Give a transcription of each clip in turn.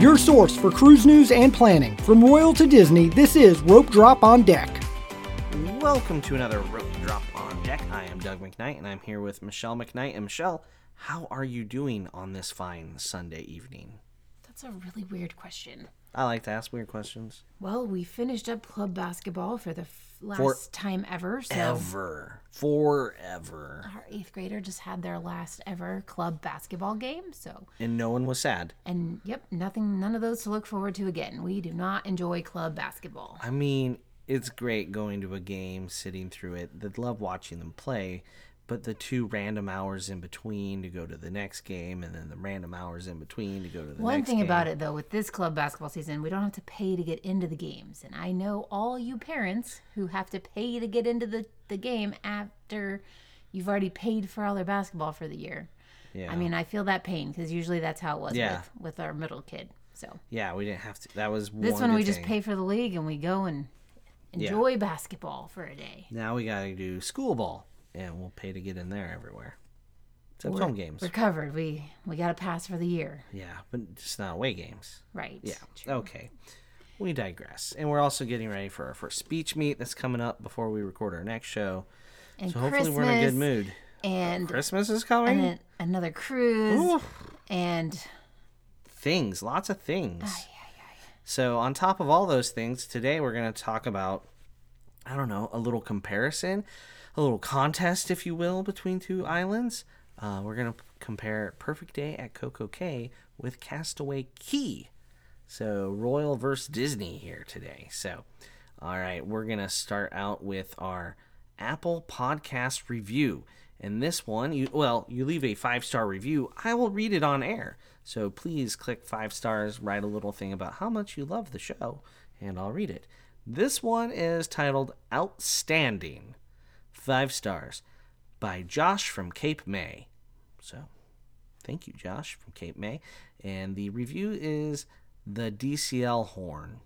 Your source for cruise news and planning. From Royal to Disney, this is Rope Drop on Deck. Welcome to another Rope Drop on Deck. I am Doug McKnight, and I'm here with Michelle McKnight. And Michelle, how are you doing on this fine Sunday evening? That's a really weird question. I like to ask weird questions. Well, we finished up club basketball for the f- last For- time ever. So Ever. Forever. our eighth grader just had their last ever club basketball game. So, And no one was sad. and yep, nothing, none of those to look forward to again. We do not enjoy club basketball. I mean, it's great going to a game, sitting through it. They love watching them play, but the two random hours in between to go to the next game, and then the random hours in between to go to the One next thing game. about it though, with this club basketball season, we don't have to pay to get into the games. And I know all you parents who have to pay to get into the, the game after you've already paid for all their basketball for the year. Yeah. I mean, I feel that pain because usually that's how it was Yeah. with, with our middle kid. So yeah, we didn't have to. That was this one, one, good we just thing. pay for the league and we go and Yeah. enjoy basketball for a day. Now we gotta do school ball, and we'll pay to get in there everywhere, except home games. We're covered. We we got a pass for the year, Yeah, but just not away games. right? Yeah. Okay. We digress, and we're also getting ready for our first speech meet that's coming up before we record our next show. And So Christmas hopefully we're in a good mood. and Christmas is coming. and then another cruise Ooh. and things, lots of things. So, on top of all those things, today we're going to talk about, I don't know, a little comparison, a little contest, if you will, between two islands. Uh, we're going to compare Perfect Day at Coco Cay with Castaway Key. So, Royal versus Disney here today. So, all right, we're going to start out with our Apple Podcast review. And this one, you well, you leave a five star review, I will read it on air. So please click five stars, write a little thing about how much you love the show, and I'll read it. This one is titled Outstanding Five Stars by Josh from Cape May. So Thank you, Josh from Cape May. And the review is the DCL horn.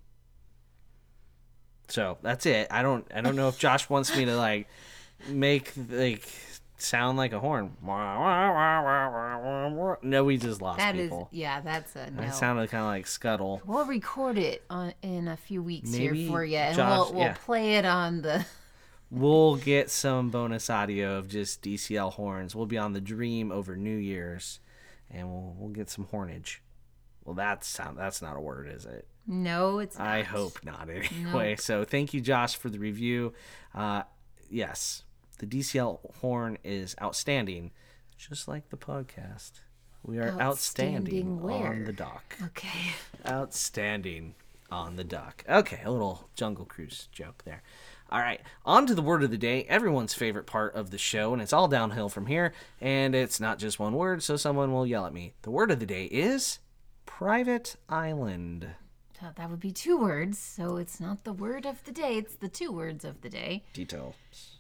So that's it. I don't I don't know if Josh wants me to like make like sound like a horn. No, we just lost that is people. yeah, that's a no. That sounded kind of like Scuttle. We'll record it on in a few weeks Maybe here for you, and Josh- we'll we'll yeah. play it on the. We'll get some bonus audio of just DCL horns. We'll be on the Dream over New Year's, and we'll we'll get some hornage. Well, that's sound that's not a word, is it? No, it's. I not. hope not anyway. So thank you, Josh, for the review. Uh, yes, the DCL horn is outstanding, just like the podcast. We are outstanding, Outstanding on where? the dock. Okay. Outstanding on the dock. Okay, a little Jungle Cruise joke there. All right, on to the word of the day, everyone's favorite part of the show, and it's all downhill from here. And it's not just one word, so someone will yell at me. The word of the day is private island. So that would be two words. So it's not the word of the day, it's the two words of the day. Detail.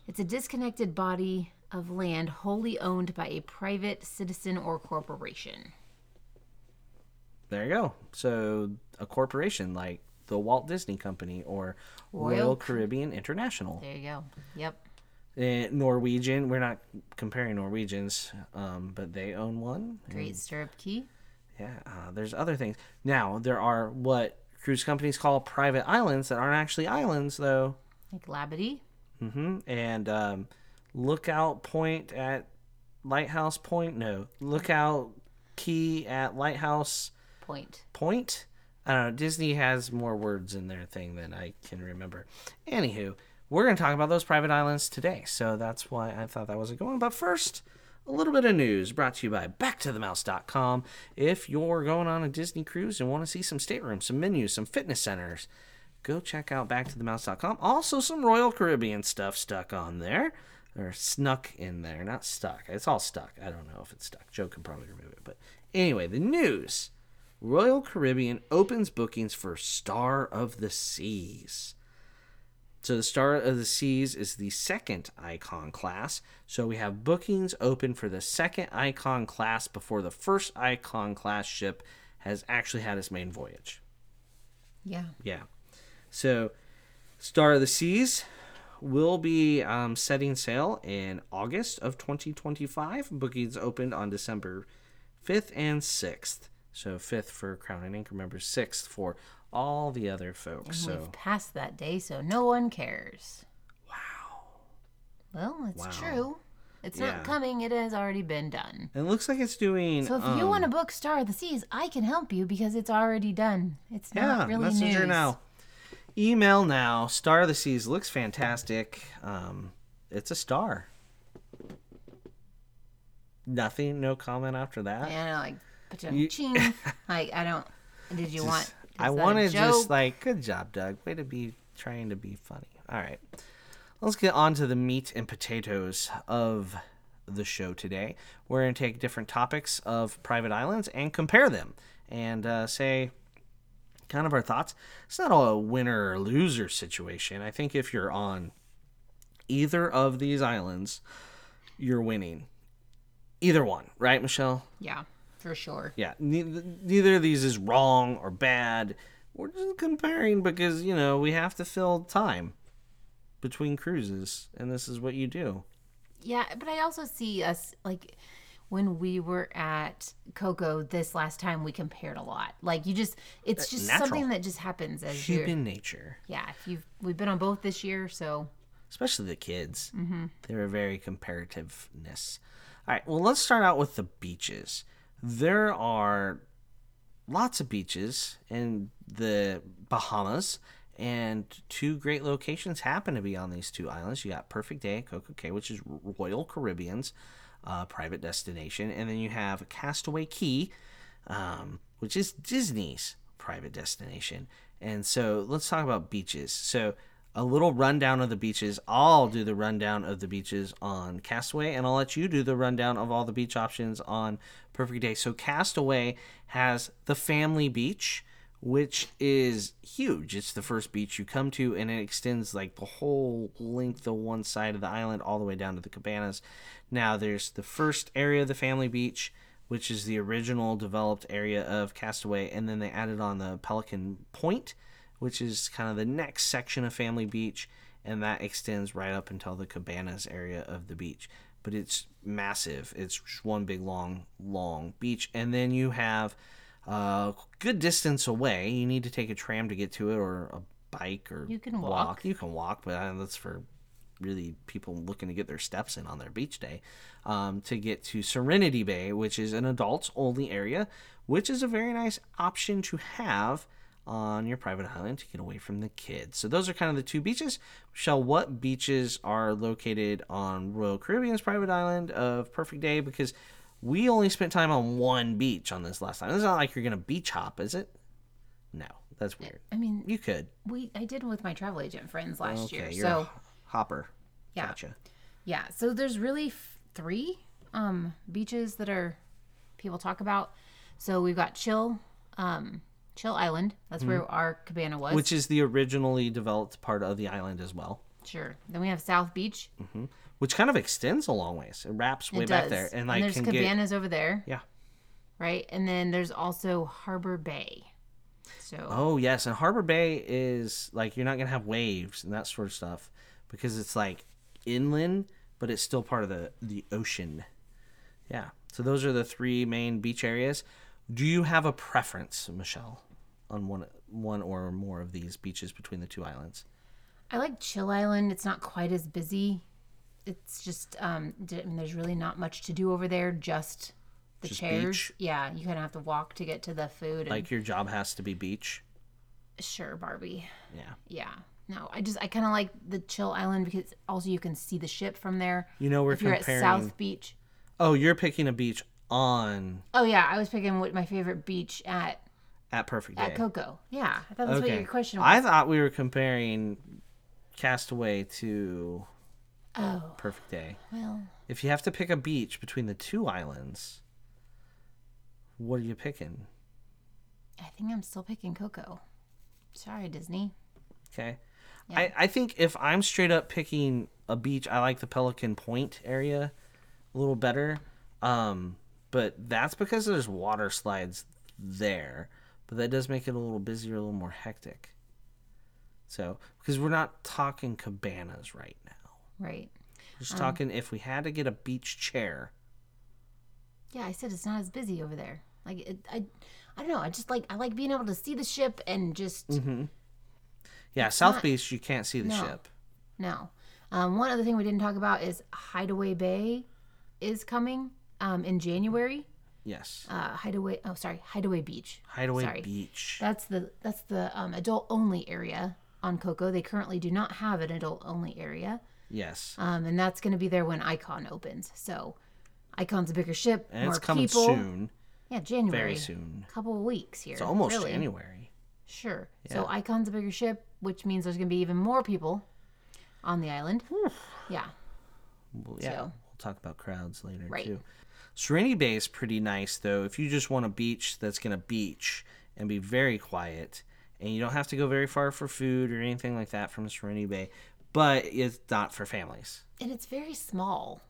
It's a disconnected body of land wholly owned by a private citizen or corporation. There you go. So a corporation like the Walt Disney Company or Royal, Royal Caribbean International. There you go. Yep. Eh, Norwegian. We're not comparing Norwegians, um, but they own one. Great stirrup key. Yeah. Uh, there's other things. Now there are what cruise companies call private islands that aren't actually islands though. Like Labadee. hmm And um, Lookout Point at Lighthouse Point. No, Lookout Key at Lighthouse. Point. point. I don't know. Disney has more words in their thing than I can remember. Anywho, we're going to talk about those private islands today. So that's why I thought that was a good one. But first, a little bit of news brought to you by backtothemouse.com. If you're going on a Disney cruise and want to see some staterooms, some menus, some fitness centers, go check out backtothemouse.com. Also, some Royal Caribbean stuff stuck on there or snuck in there. Not stuck. It's all stuck. I don't know if it's stuck. Joe can probably remove it. But anyway, the news. Royal Caribbean opens bookings for Star of the Seas. So the Star of the Seas is the second icon class. So we have bookings open for the second icon class before the first icon class ship has actually had its main voyage. Yeah. Yeah. So Star of the Seas will be um, setting sail in August of 2025. Bookings opened on December 5th and 6th. So fifth for Crown and Ink. Remember sixth for all the other folks. So We've passed that day, so no one cares. Wow. Well, it's Wow. true. It's Yeah. not coming. It has already been done. it looks like it's doing. So if you um, want to book Star of the Seas, I can help you because it's already done. It's yeah, not really messenger news. now. Email now. Star of the Seas looks fantastic. Um, it's a star. Nothing. No comment after that. Yeah, I know, like but You- ching. like I don't. Did you want? I is that a want to just joke? like, good job, Doug. Way to be trying to be funny. All right. Let's get on to the meat and potatoes of the show today. We're going to take different topics of private islands and compare them and uh, say kind of our thoughts. It's not a winner or loser situation. I think if you're on either of these islands, you're winning. Either one, right, Michelle? yeah, for sure. Yeah, neither, neither of these is wrong or bad. We're just comparing because, you know, we have to fill time between cruises, and this is what you do. Yeah, but I also see us like when we were at Coco this last time, we compared a lot. Like you just, it's just natural. something that just happens as you're. Human nature, Yeah, if you've we've been on both this year, so especially the kids, mm-hmm. they're a very comparativeness. All right, well, let's start out with the beaches. There are lots of beaches in the Bahamas, and two great locations happen to be on these two islands. You got Perfect Day at Coco Cay, which is Royal Caribbean's uh, private destination, and then you have Castaway Key, um, which is Disney's private destination. And so let's talk about beaches. So a little rundown of the beaches. I'll do the rundown of the beaches on Castaway, and I'll let you do the rundown of all the beach options on Perfect Day. So Castaway has the family beach, which is huge. It's the first beach you come to, and it extends like the whole length of one side of the island all the way down to the cabanas. Now, there's the first area of the family beach, which is the original developed area of Castaway, and then they added on the Pelican Point, which is kind of the next section of Family Beach, and that extends right up until the Cabanas area of the beach. But it's massive. It's just one big long, long beach, and then you have a Uh, good distance away. You need to take a tram to get to it, or a bike, or You can walk. You can walk, but uh, that's for really people looking to get their steps in on their beach day um, to get to Serenity Bay, which is an adults only area, which is a very nice option to have on your private island to get away from the kids. So those are kind of the two beaches. Michelle, what beaches are located on Royal Caribbean's private island of Perfect Day? Because we only spent time on one beach on this last time. It's not like you're gonna beach hop, is it? No, that's weird. I mean, You could. we I did with my travel agent friends last year, Okay, you're so a hopper. Yeah. Gotcha. yeah, so there's really f- three um beaches that are people talk about. So we've got Chill, um, Chill Island. That's where our cabana was. Mm-hmm. which is the originally developed part of the island as well, sure. Then we have South Beach. which kind of extends a long ways. It wraps way it back does. there, and like there's can get cabanas over there, yeah. right? And then there's also Harbor Bay. So Oh yes, and Harbor Bay is like you're not gonna have waves and that sort of stuff because it's like inland, but it's still part of the the ocean. Yeah. So those are the three main beach areas. Do you have a preference, Michelle, on one one or more of these beaches between the two islands? I like Chill Island. It's not quite as busy. It's just um, d- I mean, there's really not much to do over there. Just the Just chairs. beach? Yeah, you kind of have to walk to get to the food. And Like your job has to be beach. sure, Barbie. Yeah. Yeah. No, I just I kind of like the Chill Island because also you can see the ship from there. You know we're if you're comparing. at South Beach. Oh, you're picking a beach on Oh yeah, I was picking what my favorite beach at at Perfect Day. at Coco. Yeah, I thought that's what your question was. I thought we were comparing Castaway to Oh Perfect Day. well, If you have to pick a beach between the two islands, what are you picking? I think I'm still picking Coco. Sorry, Disney. Okay. I, I think if I'm straight up picking a beach, I like the Pelican Point area a little better. Um, but that's because there's water slides there. But that does make it a little busier, a little more hectic. So, because we're not talking cabanas right now. Right. We're Um. just talking if we had to get a beach chair. Yeah, I said it's not as busy over there. Like it, I, I don't know. I just like I like being able to see the ship and just Mm-hmm. Yeah, South Beach, you can't see the No. ship. no. Um, one other thing we didn't talk about is Hideaway Bay is coming um, in January. Yes. Uh, Hideaway. Oh, sorry, Hideaway Beach. Hideaway sorry. Beach. That's the that's the um, adult only area on Coco. They currently do not have an adult only area, yes. um, and that's going to be there when Icon opens. So, Icon's a bigger ship, and more it's coming people. soon. Yeah, January. Very soon. Couple of weeks here. It's almost really. January. Sure. So Icon's a bigger ship, which means there's going to be even more people on the island. Yeah. Well, yeah. So- We'll talk about crowds later, Right. too. Serenity Bay is pretty nice, though. If you just want a beach that's going to beach and be very quiet, and you don't have to go very far for food or anything like that from Serenity Bay, but it's not for families. And it's very small.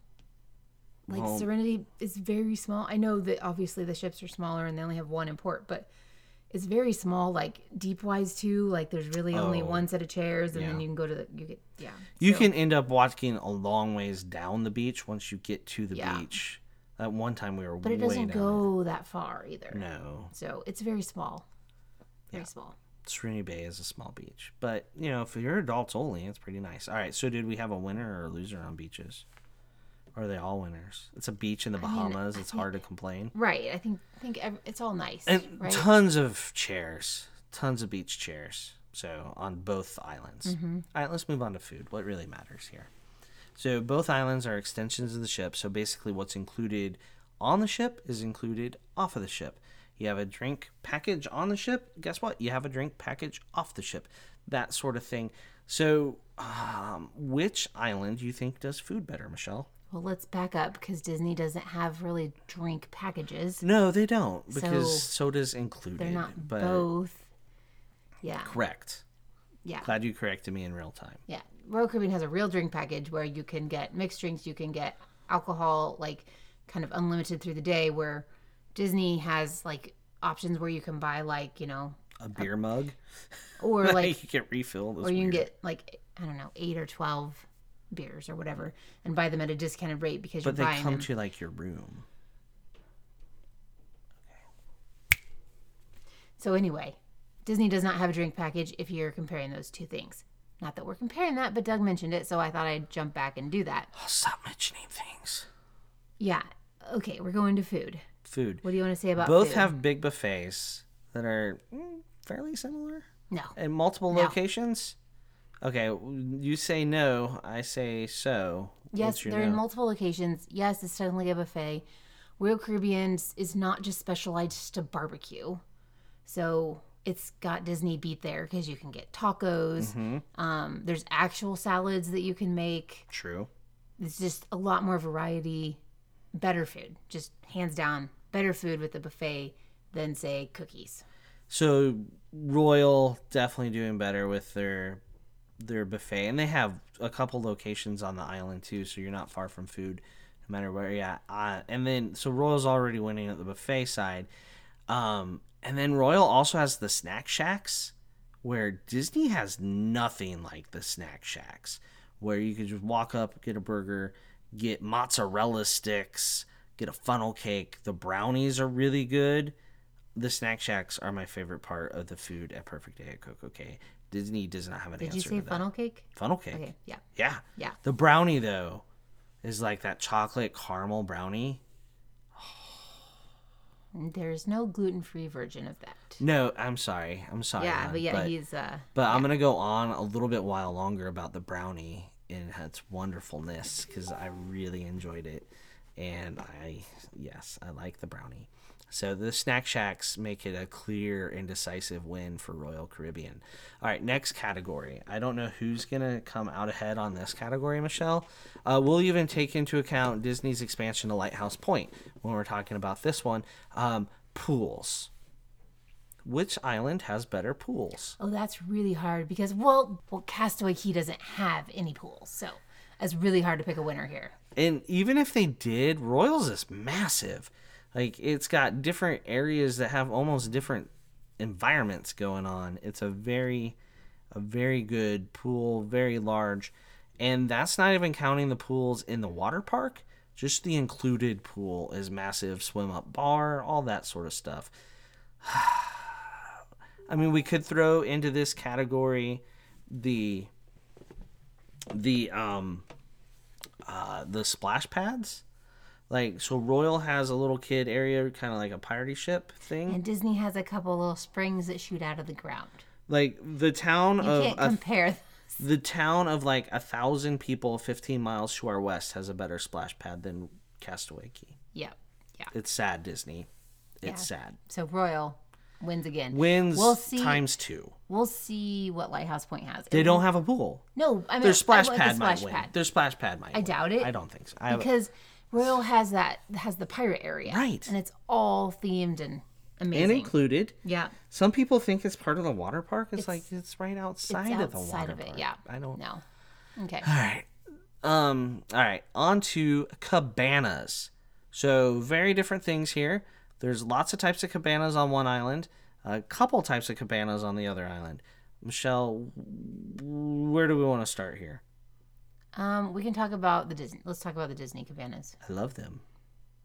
Like Well- Serenity is very small. I know that obviously the ships are smaller and they only have one in port, but it's very small. Like deep wise too. Like there's really only Oh. one set of chairs, and Yeah. then you can go to the you get yeah. You can end up walking a long ways down the beach once you get to the Yeah. beach. At one time, we were But it way doesn't down go that far either. there. No, So it's very small. Very small. Serenity Bay is a small beach, but you know, if you're adults only, it's pretty nice. All right, so did we have a winner or a loser on beaches? Or are they all winners? It's a beach in the Bahamas. it's hard to complain. Right. I think I think ev- it's all nice. And right. tons of chairs, tons of beach chairs. So on both islands. Mm-hmm. All right, let's move on to food. What really matters here? So both islands are extensions of the ship. So basically, what's included on the ship is included off of the ship. You have a drink package on the ship. Guess what? You have a drink package off the ship. That sort of thing. So, um, which island do you think does food better, Michelle? Well, let's back up because Disney doesn't have really drink packages. No, they don't because So, soda's included. They're not but both. Yeah, correct. yeah, Glad you corrected me in real time. yeah. Royal Caribbean has a real drink package where you can get mixed drinks, you can get alcohol, like kind of unlimited through the day. Where Disney has like options where you can buy like you know, A beer mug, or Uh, like you get refilled. or you can get like I don't know, eight or twelve beers or whatever, and buy them at a discounted rate because but you're they buying come them. to like your room. So anyway, Disney does not have a drink package if you're comparing those two things. Not that we're comparing that, but Doug mentioned it, so I thought I'd jump back and do that. Oh, stop mentioning things. Yeah. Okay, we're going to food. Food. What do you want to say about Both food? have big buffets that are mm, fairly similar no. in multiple locations. Okay, w- you say no, I say so. Yes, What's your they're in no? multiple locations. Yes, it's technically a buffet. Royal Caribbean's is not just specialized to barbecue, so it's got Disney beat there because you can get tacos. Um, there's actual salads that you can make. True. it's just a lot more variety, better food, just hands down, better food with the buffet than say cookies. So Royal definitely doing better with their their buffet, and they have a couple locations on the island too, so you're not far from food, no matter where you're at. Uh, and then so Royal's already winning at the buffet side, um, and then Royal also has the snack shacks, where Disney has nothing like the snack shacks, where you could just walk up, get a burger, get mozzarella sticks, get a funnel cake. The brownies are really good the snack shacks are my favorite part of the food at Perfect Day at Coco Cay. Disney does not have an Did you answer say to funnel cake? that. Funnel cake. Okay, yeah, Yeah. yeah. The brownie though is like that chocolate caramel brownie. There's no gluten free version of that. No, I'm sorry. I'm sorry. Yeah, hon, but yeah, he's uh, but I'm gonna go on a little bit while longer about the brownie and its wonderfulness because I really enjoyed it, and I yes I like the brownie. So the snack shacks make it a clear and decisive win for Royal Caribbean. All right, next category. I don't know who's gonna come out ahead on this category, Michelle. Uh, we'll even take into account Disney's expansion to Lighthouse Point when we're talking about this one. Um, pools. Which island has better pools? oh, that's really hard because well, well, Castaway Key doesn't have any pools, so it's really hard to pick a winner here. and even if they did, Royals is massive. Like it's got different areas that have almost different environments going on. It's a very a very good pool, very large. And that's not even counting the pools in the water park. Just the included pool is massive, swim up bar, all that sort of stuff. I mean, we could throw into this category the the um uh the splash pads. Like so Royal has a little kid area kind of like a piratey ship thing. And Disney has a couple little springs that shoot out of the ground. like the town You of can't a compare. the town of like a thousand people 15 miles to our west has a better splash pad than castaway key yep. Yeah. it's sad disney it's sad So Royal wins again. wins We'll see. times two We'll see what Lighthouse Point has. they don't have a pool No, I mean their splash I want the pad might splash win pad. their splash pad might i doubt it. i don't think so I have a- because Royal has that has the pirate area, Right. And it's all themed and and amazing. included yeah, some people think it's part of the water park it's, like it's right it's outside of the outside water of it. park Yeah, i don't know. Okay, All right. Um, all right. On to cabanas. So, very different things here. There's lots of types of cabanas on one island, a couple types of cabanas on the other island. Michelle, where do we want to start here? um, we can talk about the Disney. Let's talk about the Disney cabanas. I love them.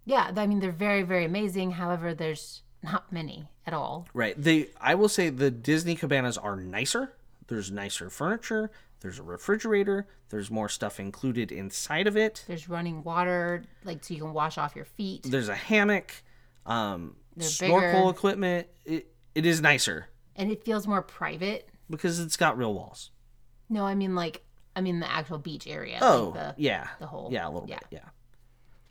Yeah, I mean they're very very amazing. However, there's not many at all. Right. They I will say the Disney cabanas are nicer. There's nicer furniture, there's a refrigerator, there's more stuff included inside of it. There's running water, like so you can wash off your feet. There's a hammock, um They're snorkel bigger. equipment. It, it is nicer. and it feels more private. because it's got real walls. No, I mean like I mean the actual beach area. Oh, like the, yeah, the whole- yeah, a little yeah. bit, yeah.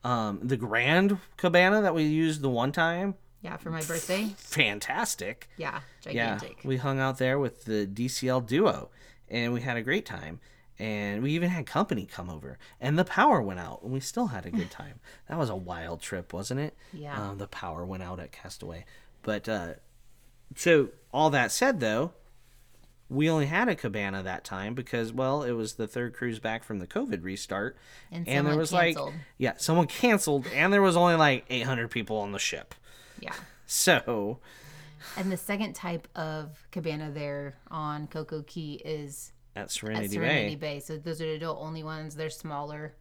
Um, the Grand Cabana that we used the one time, yeah, for my birthday. fantastic. Yeah, Yeah, gigantic. we hung out there with the DCL duo, and we had a great time. And we even had company come over, and the power went out, and we still had a good time. that was a wild trip, wasn't it? Yeah. Um, the power went out at Castaway, but uh, so all that said, though, we only had a cabana that time because well it was the third cruise back from the covid restart And someone canceled. like yeah someone canceled and there was only like 800 people on the ship Yeah. so And the second type of cabana there on Coco Key is at at serenity, Serenity bay. Bay. So those are the adult only ones. They're smaller.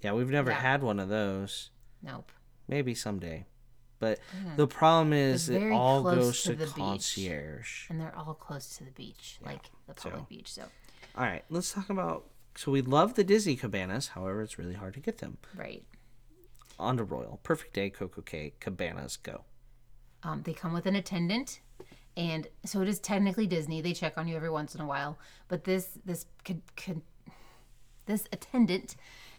yeah we've never Yeah. had one of those Nope. maybe someday but the problem is They're it Mm-hmm. very all close goes to to, the beach. concierge And they're all close to the beach, like the public beach. So, all right let's talk about so we love the disney cabanas however it's really hard to get them right. on to royal perfect day coco Cay, cabanas go Um, they come with an attendant, and so it is technically Disney. They check on you every once in a while, but this this could could this attendant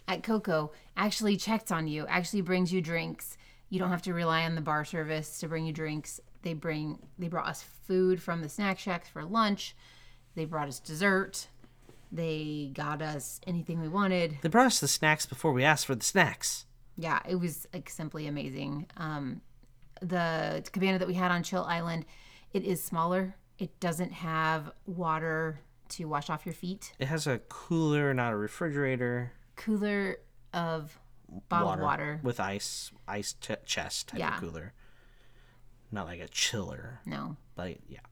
at Coco actually checks on you. Actually brings you drinks. You don't have to rely on the bar service to bring you drinks. They bring they brought us food from the snack shacks for lunch. They brought us dessert. They got us anything we wanted. they brought us the snacks before we asked for the snacks Yeah, it was like simply amazing. Um, the cabana that we had on Chill Island, it is smaller. It doesn't have water to wash off your feet. It has a cooler, not a refrigerator. Cooler of bottled water. with ice, ice ch chest type Yeah. of cooler. Not like a chiller, No, but yeah.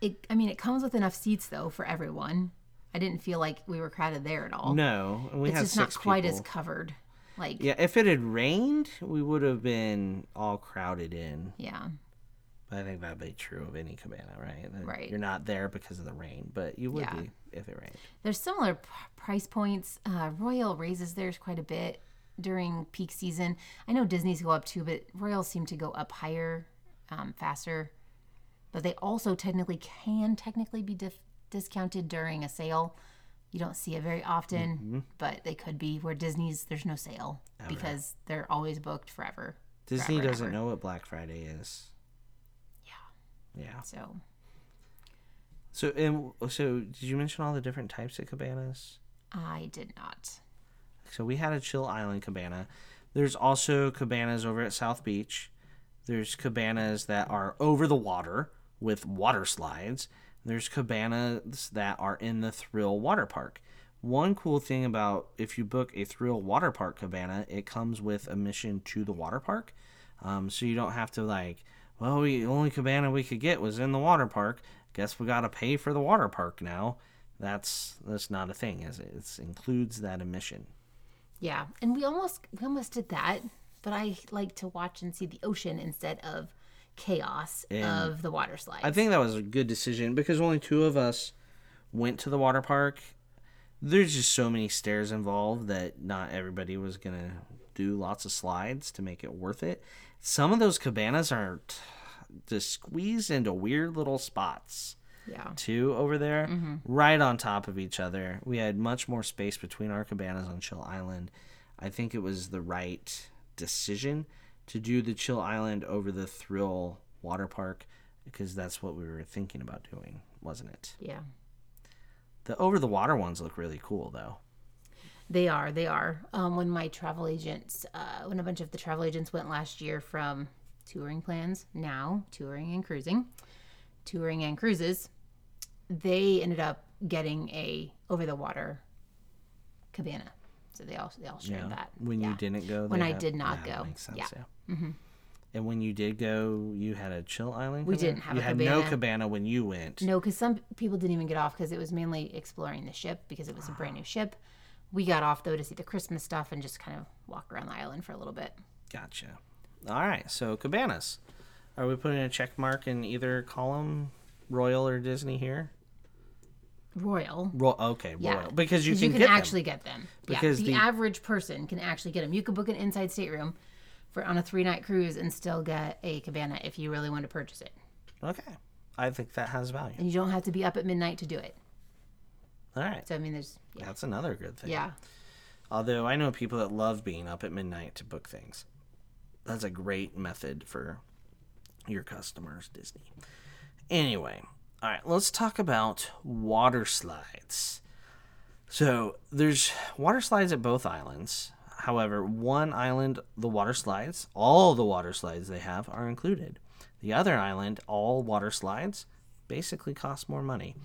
it. I mean, it comes with enough seats though for everyone. I didn't feel like we were crowded there at all. No, and we it's had just not six quite people. as covered. Like yeah. yeah, if it had rained, we would have been all crowded in. But I think that'd be true of any cabana, right? That Right. You're not there because of the rain, but you would Yeah. be if it rained. There's similar p- price points. Uh, Royal raises theirs quite a bit during peak season. I know Disney's go up too, but Royals seem to go up higher, um, faster. But they also technically can technically be dif- discounted during a sale. You don't see it very often, but they could be. Where Disney's, there's no sale because they're always booked forever. Disney Forever and doesn't ever. know what Black Friday is. Yeah. Yeah. So So and so, did you mention all the different types of cabanas? I did not. So we had a Chill Island cabana. There's also cabanas over at South Beach. There's cabanas that are over the water with water slides. There's cabanas that are in the Thrill Water Park. One cool thing about if you book a Thrill Water Park cabana, it comes with a mission to the water park. Um, so you don't have to like, well, we the only cabana we could get was in the water park. Guess we gotta pay for the water park now. That's that's not a thing, is it? It includes that emission. Yeah, and we almost we almost did that, but I like to watch and see the ocean instead of chaos of the water slide. I think that was a good decision because only two of us went to the water park. There's just so many stairs involved that not everybody was going to do lots of slides to make it worth it. Some of those cabanas are t- just squeezed into weird little spots, yeah. too, over there, Mm-hmm. right on top of each other. We had much more space between our cabanas on Chill Island. I think it was the right decision to do the Chill Island over the Thrill Water Park because that's what we were thinking about doing, wasn't it? Yeah. The over the water ones look really cool though. They are. They are. Um, when my travel agents, uh, when a bunch of the travel agents went last year from touring plans, now touring and cruising, touring and cruises, they ended up getting a over the water cabana. So they all they all shared that. When yeah. you didn't go, When they I had- did not yeah, go. makes sense. Yeah. Mm-hmm. Yeah. And when you did go, you had a chill island. We cabana? didn't have You a had no cabana. cabana when you went. No, because some people didn't even get off because it was mainly exploring the ship because it was Ah. a brand new ship. We got off though to see the Christmas stuff and just kind of walk around the island for a little bit. Gotcha. All right. So cabanas. Are we putting a check mark in either column, Royal or Disney here? Royal. Royal. Okay, Yeah, Royal. Because you 'cause can, get them. actually get them. Because yeah, the, the- average person can actually get them. You could book an inside stateroom for on a three night cruise and still get a cabana if you really want to purchase it, Okay. I think that has value. and you don't have to be up at midnight to do it. All right. So I mean, there's yeah, That's another good thing. yeah, Although I know people that love being up at midnight to book things. That's a great method for your customers, Disney. Anyway, all right, let's talk about water slides. So there's water slides at both islands. However, one island, the water slides, all the water slides they have are included. The other island, all water slides, basically cost more money.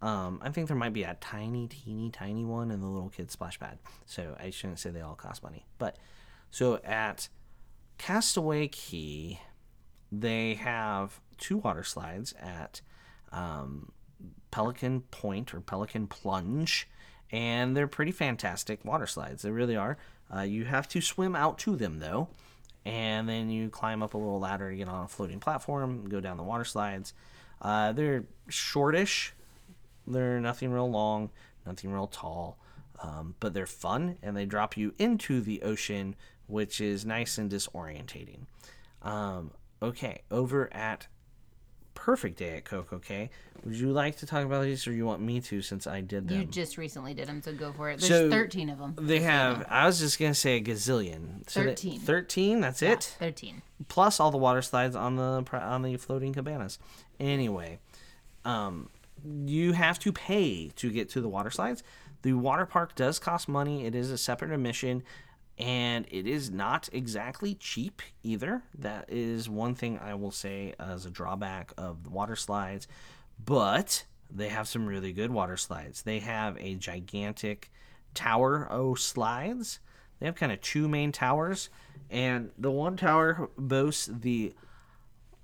Um, I think there might be a tiny, teeny, tiny one in the little kid splash pad. So I shouldn't say they all cost money. But so at Castaway Key, they have two water slides at um, Pelican Point or Pelican Plunge, and they're pretty fantastic water slides. They really are. Uh, you have to swim out to them though, and then you climb up a little ladder to get on a floating platform, go down the water slides. Uh, they're shortish, they're nothing real long, nothing real tall, um, but they're fun and they drop you into the ocean, which is nice and disorientating. Um, okay, over at Perfect Day at Coco Cay, would you like to talk about these or you want me to since I did them? you just recently did them, so go for it. There's So- 13 of them. they have, I was just going to say a gazillion. So they- 13. 13, that's it? 13. plus all the water slides on the pr- on the floating cabanas. Anyway, um, you have to pay to get to the water slides. The water park does cost money. It is a separate admission, and it is not exactly cheap either. That is one thing I will say as a drawback of the water slides, but they have some really good water slides. They have a gigantic tower o slides. They have kind of two main towers, and the one tower boasts the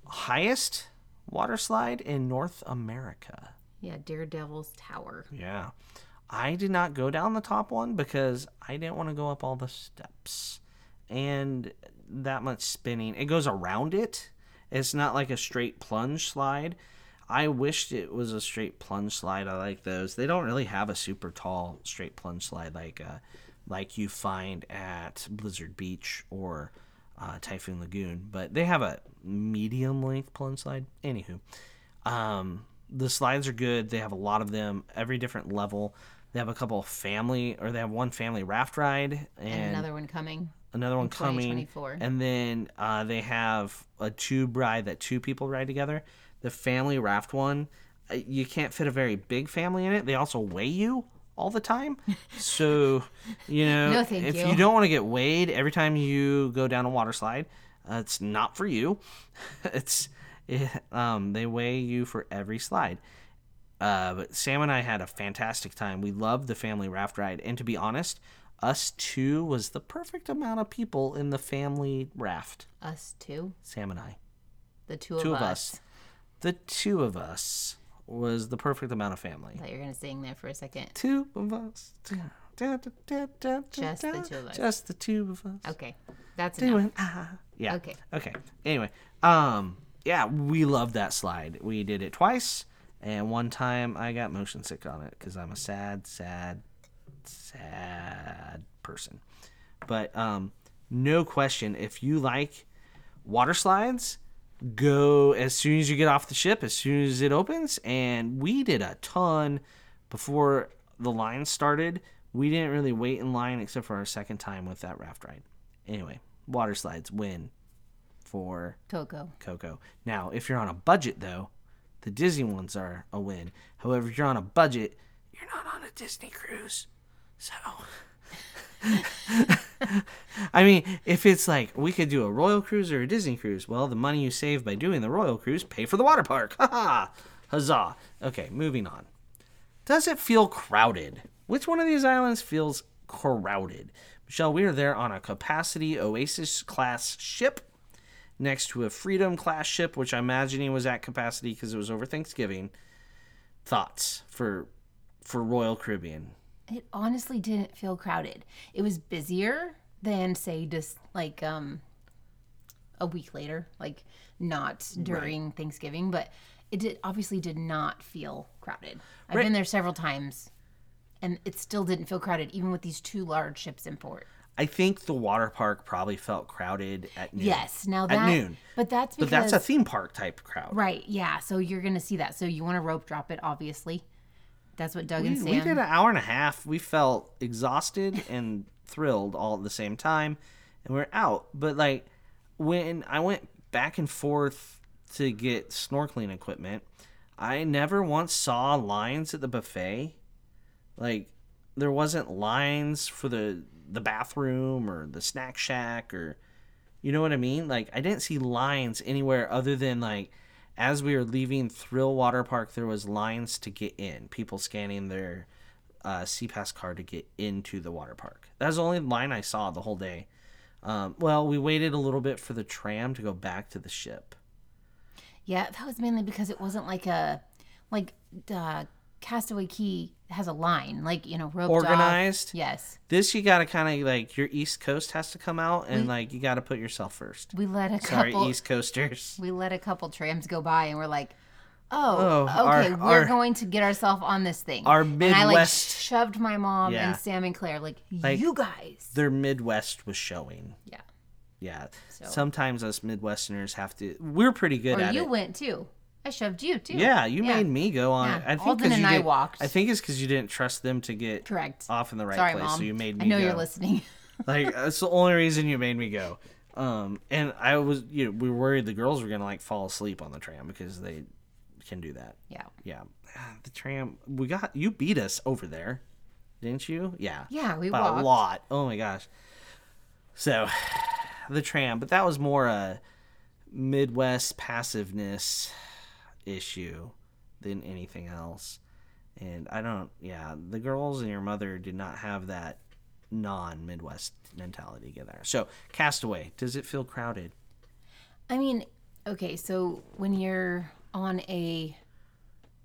highest water slide in North America. Yeah, Daredevil's Tower. Yeah. I did not go down the top one because I didn't want to go up all the steps and that much spinning. It goes around it. It's not like a straight plunge slide. I wished it was a straight plunge slide. I like those. They don't really have a super tall straight plunge slide like uh, like you find at Blizzard Beach or uh, Typhoon Lagoon, but they have a medium length plunge slide. Anywho, um, the slides are good. They have a lot of them, every different level. They have a couple of family, or they have one family raft ride and, And another, another one coming. one coming. 2024. And then uh, they have a tube ride that two people ride together. The family raft one, uh, you can't fit a very big family in it. They also weigh you all the time. So, you know, No, thank if you. you don't want to get weighed every time you go down a water slide, uh, it's not for you. it's it, um, they weigh you for every slide. Uh, but Sam and I had a fantastic time. We loved the family raft ride, and to be honest, us two was the perfect amount of people in the family raft. Us two. Sam and I, The two, two of us. the two of us was the perfect amount of family. I thought you were going to sing there for a second. Two of us. Da, da, da, da, da, Just the da. two of us. Just the two of us. Okay. That's enough. Doing ah. Yeah. Okay. Okay. Anyway, um, yeah, we love that slide. We did it twice, and one time I got motion sick on it because I'm a sad, sad, sad person. But um, no question, if you like water slides, go as soon as you get off the ship, as soon as it opens. And we did a ton before the line started. We didn't really wait in line except for our second time with that raft ride. Anyway, water slides win for Coco. Coco. Now, if you're on a budget though, the Disney ones are a win. However, if you're on a budget, you're not on a Disney cruise. So I mean, if it's like we could do a Royal cruise or a Disney cruise, well, the money you save by doing the Royal cruise pay for the water park. Ha ha. Huzzah. Okay, moving on. Does it feel crowded? Which one of these islands feels crowded? Michelle, we are there on a capacity Oasis class ship next to a Freedom class ship, which I'm imagining was at capacity because it was over Thanksgiving. Thoughts for for Royal Caribbean? It honestly didn't feel crowded. It was busier than say just like um a week later, like not during Thanksgiving, but it did obviously did not feel crowded. I've been there several times and it still didn't feel crowded even with these two large ships in port. I think the water park probably felt crowded at noon. Yes, now At that noon. but that's but because that's a theme park type crowd. right, yeah, so you're going to see that. So you want to rope drop it obviously. That's what Doug and Sam We did an hour and a half. We felt exhausted and thrilled all at the same time, and we're out. But like when I went back and forth to get snorkeling equipment, I never once saw lines at the buffet. Like there wasn't lines for the the bathroom or the snack shack or you know what I mean? Like I didn't see lines anywhere other than like as we were leaving Thrill Water Park, there was lines to get in. People scanning their uh, CPAS card to get into the water park. That was the only line I saw the whole day. Um, well, we waited a little bit for the tram to go back to the ship. Yeah, that was mainly because it wasn't like a like uh, Castaway Key has a line, like you know, roped off. Organized? Yes, This you gotta kind of like your East Coast has to come out and like you gotta put yourself first. we let a Sorry, couple. East Coasters. We let a couple trams go by, and we're like, "Oh, Oh, our- okay, we're our- going to get ourselves on this thing." our And I like Midwest- shoved my mom Yeah. and Sam and Claire, like, Like- "You guys." Their Midwest was showing. Yeah. Yeah. Sometimes us Midwesterners have to. We're pretty good Or at Oh, you it. went too. I shoved you too. Yeah, you Yeah. made me go on. Yeah. I think 'cause Alden you and I didn't- walked. I think it's because you didn't trust them to get Correct. off in the right Sorry, place, mom. so you made me. I know you're go. listening. Like that's the only reason you made me go. Um, and I was, you know, we were worried the girls were gonna like fall asleep on the tram because they can do that. yeah. Yeah, the tram. We got you beat us over there, didn't you? Yeah. Yeah, we By walked. a lot. Oh my gosh. So, the tram, but that was more a Midwest passiveness issue than anything else. And I don't. Yeah, the girls and your mother did not have that non-Midwest mentality together. So, Castaway. Does it feel crowded? I mean, okay, so when you're on a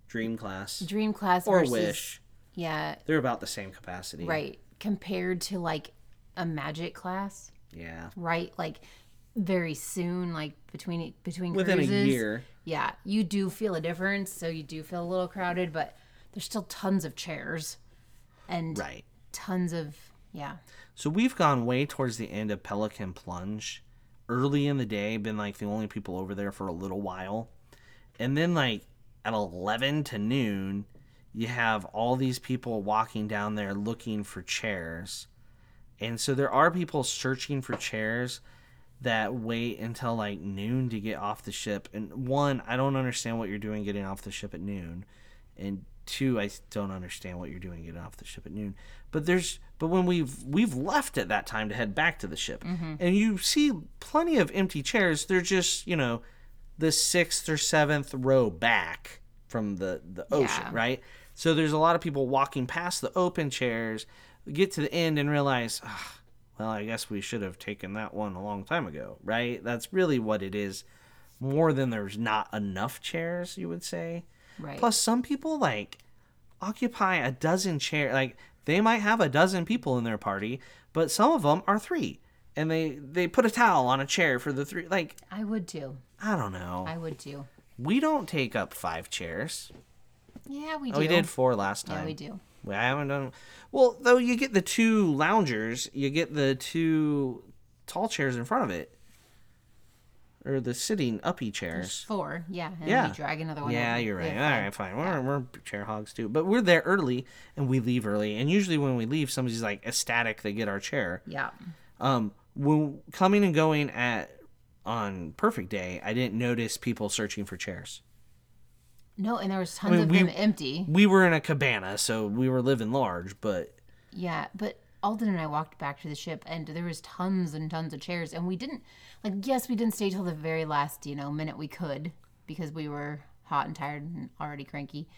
Dream class dream class or versus, Wish. yeah, They're about the same capacity. right compared to like a magic class Yeah. right like very soon like between between Within a cruises, year. yeah you do feel a difference so you do feel a little crowded but there's still tons of chairs and Right. tons of yeah So we've gone way towards the end of Pelican Plunge, early in the day, been like the only people over there for a little while. And then like at 11 to noon, you have all these people walking down there looking for chairs. And so there are people searching for chairs that wait until like noon to get off the ship. And one, I don't understand what you're doing getting off the ship at noon. And two, I don't understand what you're doing getting off the ship at noon. But there's but when we've we've left at that time to head back to the ship. And you see plenty of empty chairs. They're just, you know, the sixth or seventh row back from the the ocean, Yeah. right? So there's a lot of people walking past the open chairs, get to the end and realize, "Ugh, well, I guess we should have taken that one a long time ago, right? That's really what it is. More than there's not enough chairs, you would say. right Plus, some people like occupy a dozen chair. Like they might have a dozen people in their party, but some of them are three, and they they put a towel on a chair for the three. Like i would too I don't know. I would too. we don't take up five chairs. Yeah, we do. Oh, we did four last time. Yeah, we do. We I haven't done. Well, though you get the two loungers, you get the two tall chairs in front of it, or the sitting uppy chairs. Four. Yeah. And then Yeah. We drag another one. Yeah, over. you're right. Yeah, All right, fine. We're, we're chair hogs too, but we're there early and we leave early. And usually when we leave, somebody's like ecstatic they get our chair. Yeah. Um, when coming and going at on perfect day, I didn't notice people searching for chairs. No, and there was tons mean, of we- them empty. We were in a cabana, so we were living large, but Yeah, but Alden and I walked back to the ship, and there was tons and tons of chairs, and we didn't like. Yes, we didn't stay till the very last, you know, minute we could because we were hot and tired and already cranky.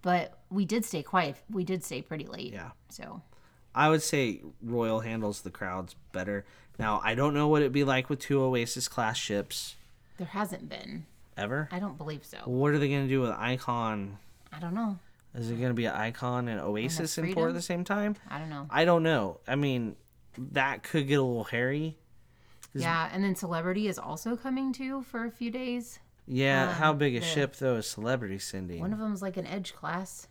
But we did stay quiet. We did stay pretty late. Yeah. So I would say Royal handles the crowds better. Now, I don't know what it'd be like with two Oasis class ships there hasn't been. ever. I don't believe so. What are they going to do with Icon? I don't know. Is it going to be an Icon and Oasis in port at Freedom? the same time? I don't know. I don't know. I mean, that could get a little hairy. Yeah, and then Celebrity is also coming too for a few days. Yeah, Uh, how big a the- ship though is Celebrity Cindy? One of them's like an edge class.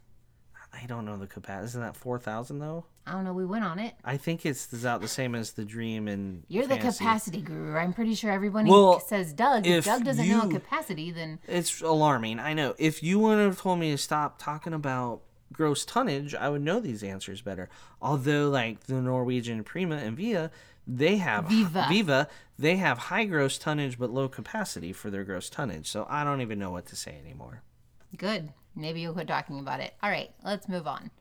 I don't know the capacity. Isn't that four thousand though? I don't know. We went on it. I think it's is out the same as the Dream and You're the Fantasy. capacity guru. I'm pretty sure everyone Well, says Doug. if If Doug doesn't know you- a capacity, then It's alarming. I know. If you wouldn't have told me to stop talking about gross tonnage, I would know these answers better. Although, like the Norwegian Prima and Via, they have Viva. Viva, they have high gross tonnage but low capacity for their gross tonnage. So I don't even know what to say anymore. good. Maybe you'll quit talking about it. All right, let's move on.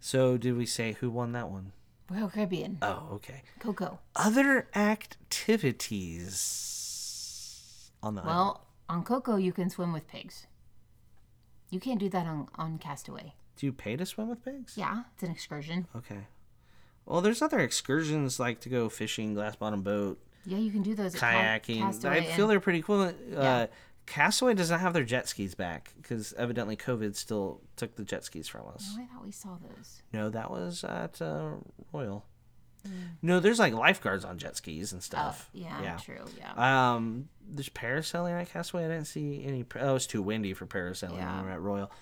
So did we say who won that one? Royal Caribbean, Oh, okay. Coco. Other activities on the island. Well, on Coco, you can swim with pigs. You can't do that on, on Castaway. Do you pay to swim with pigs? Yeah, it's an excursion. Okay. Well, there's other excursions like to go fishing, glass bottom boat, Yeah, you can do those. at Ca- kayaking. Castaway I feel and- they're pretty cool. Uh, Castaway does not have their jet skis back because evidently COVID still took the jet skis from us. Oh, I thought we saw those. No, that was at uh, Royal. No, there's like lifeguards on jet skis and Hmm. Oh, stuff. yeah, true. Yeah. Um, there's parasailing at Castaway. I didn't see any. Par- oh, it was too windy for parasailing Yeah. when we were at Royal.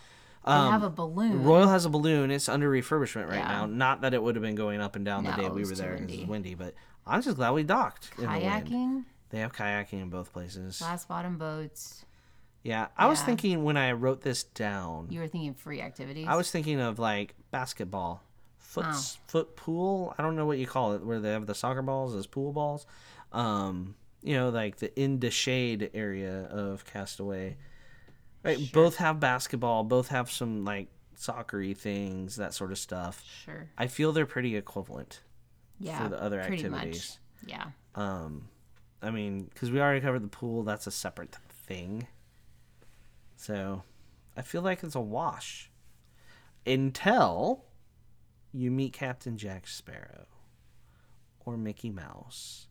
they have a balloon. Um, Royal has a balloon. It's under refurbishment right Yeah. now. Not that it would have been going up and down the No, day it we was were too there. 'cause It was windy. windy, but I'm just glad we docked. in the wind. kayaking, They have kayaking in both places. glass bottom boats. Yeah, I was Yeah. thinking when I wrote this down, You were thinking free activities. I was thinking of like basketball, foot Oh. foot pool. I don't know what you call it, where they have the soccer balls as pool balls. Um, you know, like the in the shade area of Castaway. Right, both have basketball. Both have some like soccery things, that sort of stuff. sure. I feel they're pretty equivalent. Yeah. the other pretty activities. Much. Yeah. Um, I mean, because we already covered the pool, that's a separate thing. So, I feel like it's a wash. Until you meet Captain Jack Sparrow or Mickey Mouse.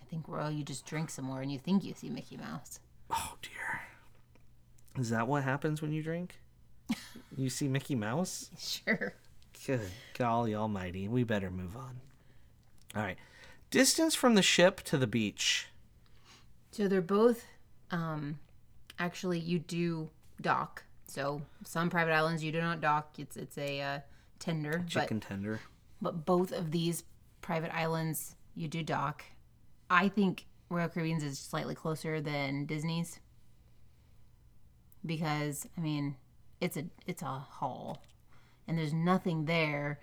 I think Royal, you just drink some more and you think you see Mickey Mouse. Oh dear. Is that what happens when you drink? you see Mickey Mouse? Sure. Good golly almighty. We better move on. All right. Distance from the ship to the beach. So they're both, um, actually, you do dock. So some private islands you do not dock. It's it's a uh, tender, Chicken tender. but but both of these private islands you do dock. I think Royal Caribbean's is slightly closer than Disney's because I mean it's a it's a haul, and there's nothing there.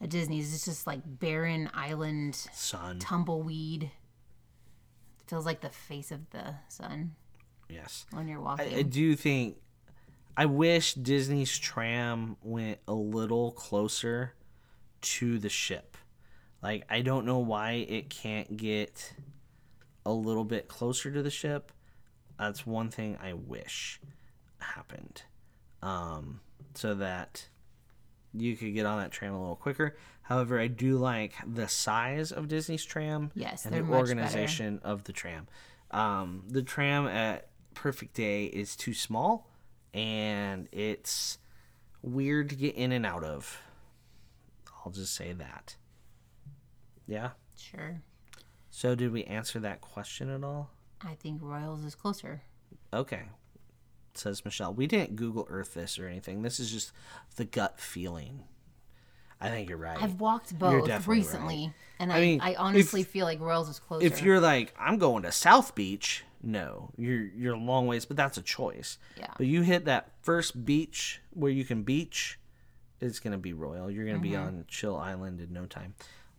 At Disney's, it's just like barren island Sun. tumbleweed. Feels like the face of the sun Yes. when you're I, I walking. do think I wish Disney's tram went a little closer to the ship. Like I don't know why it can't get a little bit closer to the ship. That's one thing I wish happened. Um so that you could get on that tram a little quicker. However, I do like the size of Disney's tram Yes, and they're the much better. organization of the tram. Um, the tram at Perfect Day is too small and it's weird to get in and out of. I'll just say that. Yeah. sure. So, did we answer that question at all? I think Royals is closer. Okay. Says Michelle. We didn't Google Earth this or anything. This is just the gut feeling. I think you're right. I've walked both definitely recently, and I, I I, mean, if- honestly feel like Royals is closer. if you're like, I'm going to South Beach, no, you're you're a long ways, but that's a choice. Yeah. But you hit that first beach where you can beach, it's gonna be royal. You're gonna be on Chill Island in no time.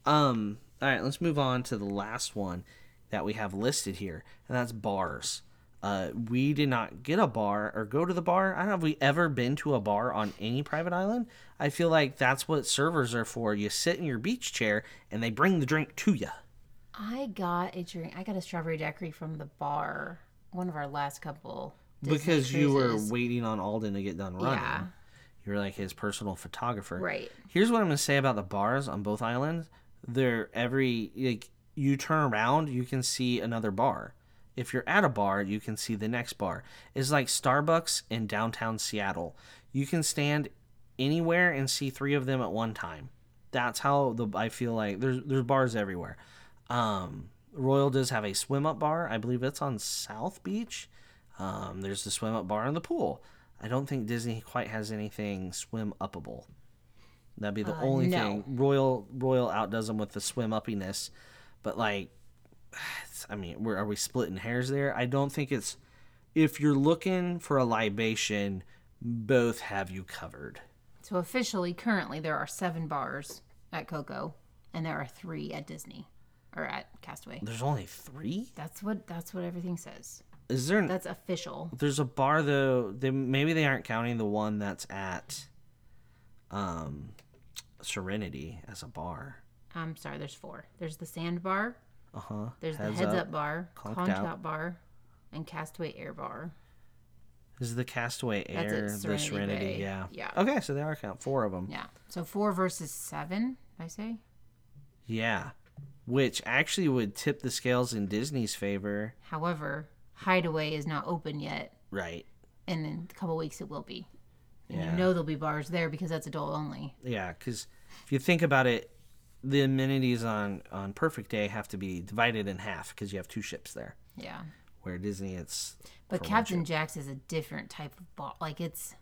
Um. All right, let's move on to the last one that we have listed here, and that's bars. Uh, we did not get a bar or go to the bar. I don't know if we ever been to a bar on any private island. I feel like that's what servers are for. You sit in your beach chair and they bring the drink to you. I got a drink. I got a strawberry daiquiri from the bar. One of our last couple. Disney because you were cruises. waiting on Alden to get done running. Yeah. You were like his personal photographer. Right. Here's what I'm going to say about the bars on both islands. They're every like you turn around, you can see another bar. If you're at a bar, you can see the next bar. It's like Starbucks in downtown Seattle. You can stand anywhere and see three of them at one time. That's how the I feel like there's there's bars everywhere. Um, Royal does have a swim up bar. I believe it's on South Beach. Um, there's the swim up bar and the pool. I don't think Disney quite has anything swim upable. That'd be the only Uh, no. thing. Royal Royal outdoes them with the swim uppiness, but like, it's- I mean, we're, are we splitting hairs there? I don't think it's. If you're looking for a libation, both have you covered. So officially, currently, there are seven bars at Coco, and there are three at Disney, or at Castaway. There's only three. That's what that's what everything says. Is there? An, That's official. There's a bar though. They maybe they aren't counting the one that's at, um, Serenity as a bar. I'm sorry. There's four. There's the Sand Bar. Uh huh. There's the Heads Up, Bar, Conked Conch Out. Out Bar, and Castaway Air Bar. Is the Castaway That's Air at the Serenity Serenity? Bay. Yeah. Yeah. Okay, so they are count four of them. Yeah. So four versus seven. I say. Yeah. Which actually would tip the scales in Disney's favor, However, Hideaway is not open yet, right? and in a couple weeks it will be. And Yeah. you know there'll be bars there because that's adult only. Yeah, because if you think about it, the amenities on on Perfect Day have to be divided in half because you have two ships there. Yeah. Where Disney, it's But Captain Jack's is a different type of bar. Like it's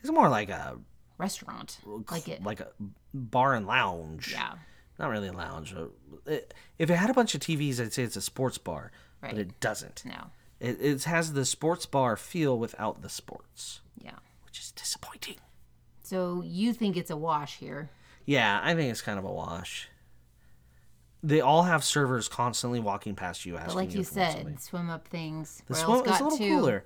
it's more like a restaurant. Like it. like a bar and lounge. Yeah. Not really a lounge. but it- If it had a bunch of TVs, I'd say it's a sports bar, Right. but it doesn't. No. It, it has the sports bar feel without the sports, Yeah. which is disappointing. So you think it's a wash here? Yeah, I think it's kind of a wash. They all have servers constantly walking past you asking But like you for more something. said, swim up things. the Royals swim is got a little two. cooler.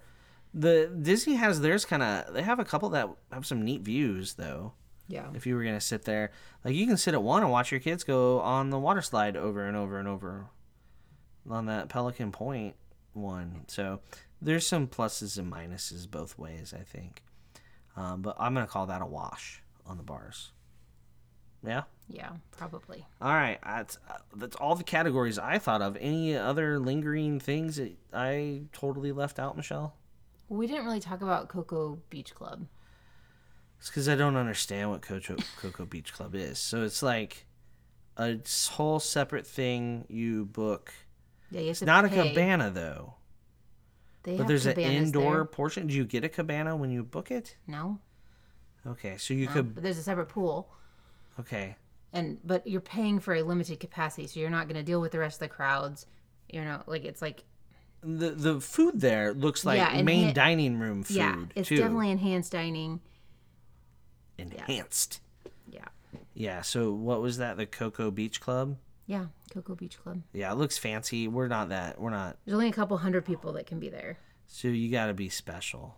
The Disney has theirs kind of. They have a couple that have some neat views though. Yeah. If you were gonna sit there, like you can sit at one and watch your kids go on the water slide over and over and over, on that Pelican Point one. So there's some pluses and minuses both ways, I think. Um, but I'm gonna call that a wash on the bars. Yeah. Yeah, probably. All right, that's uh, that's all the categories I thought of. Any other lingering things that I totally left out, Michelle? We didn't really talk about Cocoa Beach Club. It's because I don't understand what Coco Cocoa Beach Club is. So it's like a s- whole separate thing you book. Yeah, you have It's to not a pay. cabana though, They but have there's an cabanas indoor there. portion. Do you get a cabana when you book it? No, Okay, so you no. could. But there's a separate pool, Okay, and but you're paying for a limited capacity, so you're not going to deal with the rest of the crowds. You know, like it's like the the food there looks like Yeah, and main he- dining room food yeah, it's too. definitely enhanced dining. enhanced. Yeah, yeah. So what was that? The Cocoa Beach Club. yeah, Cocoa Beach Club. Yeah, it looks fancy. We're not that. We're not. There's only a couple hundred people that can be there, So you got to be special.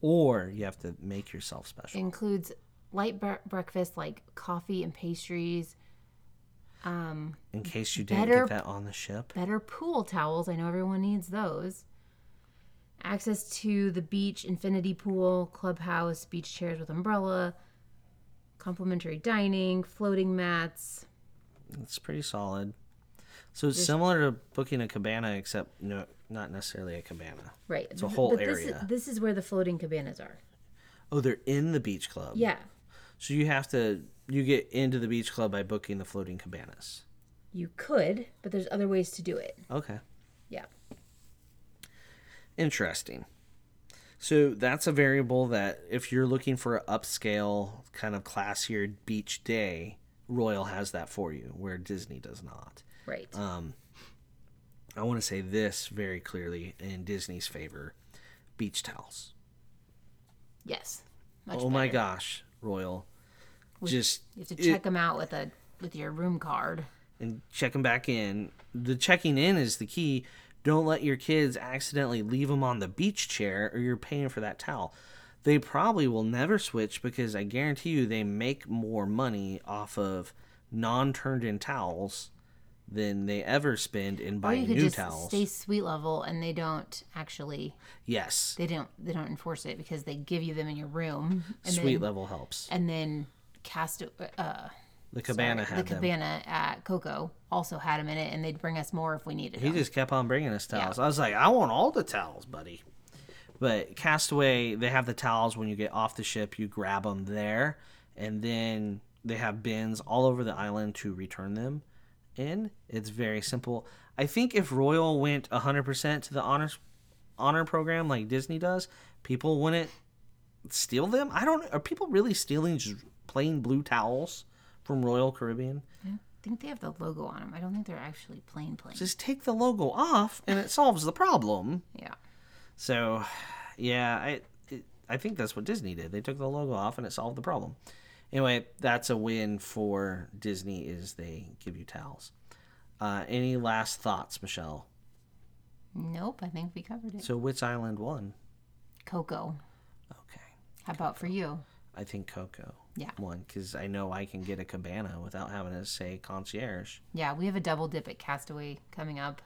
Or you have to make yourself It special. includes light bre- breakfast like coffee and pastries. Um, In case you didn't better- get that on the ship. better pool towels. I know everyone needs those. Access to the beach, infinity pool, clubhouse, beach chairs with umbrella, complimentary dining, floating mats. It's pretty solid. So it's similar to booking a cabana, except no, not necessarily a cabana. Right. It's a whole This area. is, this is where the floating cabanas are. Oh, they're in the beach club. Yeah. So you have to you get into the beach club by booking the floating cabanas. You could, but there's other ways to do it. Okay. Yeah. Interesting. So that's a variable that if you're looking for an upscale kind of classier beach day, Royal has that for you, where Disney does not. Right. Uh, I want to say this very clearly in Disney's favor: beach towels. yes. Much oh my better. gosh, Royal! Just You have to it- check them out with a with your room card. and check them back in. The checking in is the key. Don't let your kids accidentally leave them on the beach chair or you're paying for that towel. They probably will never switch because I guarantee you they make more money off of non turned in towels than they ever spend in Or you buying could new just towels. stay sweet level, and they don't actually yes, they don't they don't enforce it because they give you them in your room. And sweet then, level helps. And then cast uh, The cabana sorry, had the them. cabana at Coco also had them in it, and they'd bring us more if we needed He them. just kept on bringing us towels. I was like, I want all the towels, buddy. But Castaway, they have the towels when you get off the ship. You grab them there, and then they have bins all over the island to return them in. It's very simple. I think if Royal went 100% to the honors honor program like Disney does, people wouldn't steal them. I don't. Are people really stealing just plain blue towels from Royal Caribbean? I think they have the logo on them. I don't think they're actually plain plain. Just take the logo off, and it solves the problem. yeah. So, yeah, I it, I think that's what Disney did. They took the logo off and it solved the problem. Anyway, that's a win for Disney is they give you towels. Uh, any last thoughts, Michelle? Nope. I think we covered it. So which island won? Coco. Okay, How about for you? I think Coco Yeah. won because I know I can get a cabana without having to say concierge. Yeah, we have a double dip at Castaway coming up.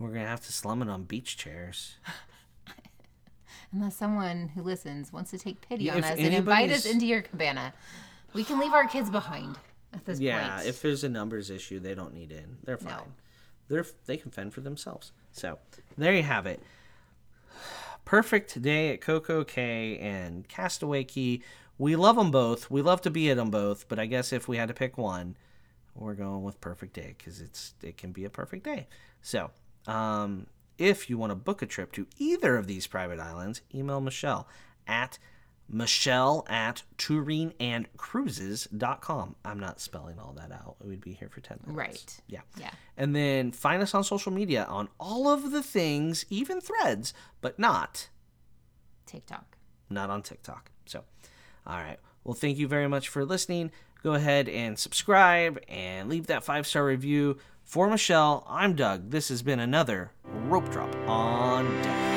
We're gonna have to slum it on beach chairs. Unless someone who listens wants to take pity Yeah, on if us and invite anybody's- us into your cabana, we can leave our kids behind at this Yeah, point. if there's a numbers issue, they don't need in. They're fine. They're they can fend for themselves. So there you have it. Perfect day at Coco K and Castaway Key. We love them both. We love to be at them both. But I guess if we had to pick one, we're going with perfect day because it's it can be a perfect day. So um, if you want to book a trip to either of these private islands, email Michelle at Michelle at touringandcruises.com. I'm not spelling all that out. We'd be here for 10 minutes. Right. Yeah. Yeah. And then find us on social media on all of the things, even threads, but not TikTok. not on TikTok. So, all right. Well, thank you very much for listening. Go ahead and subscribe and leave that five star review. For Michelle, I'm Doug. This has been another Rope Drop on Deck.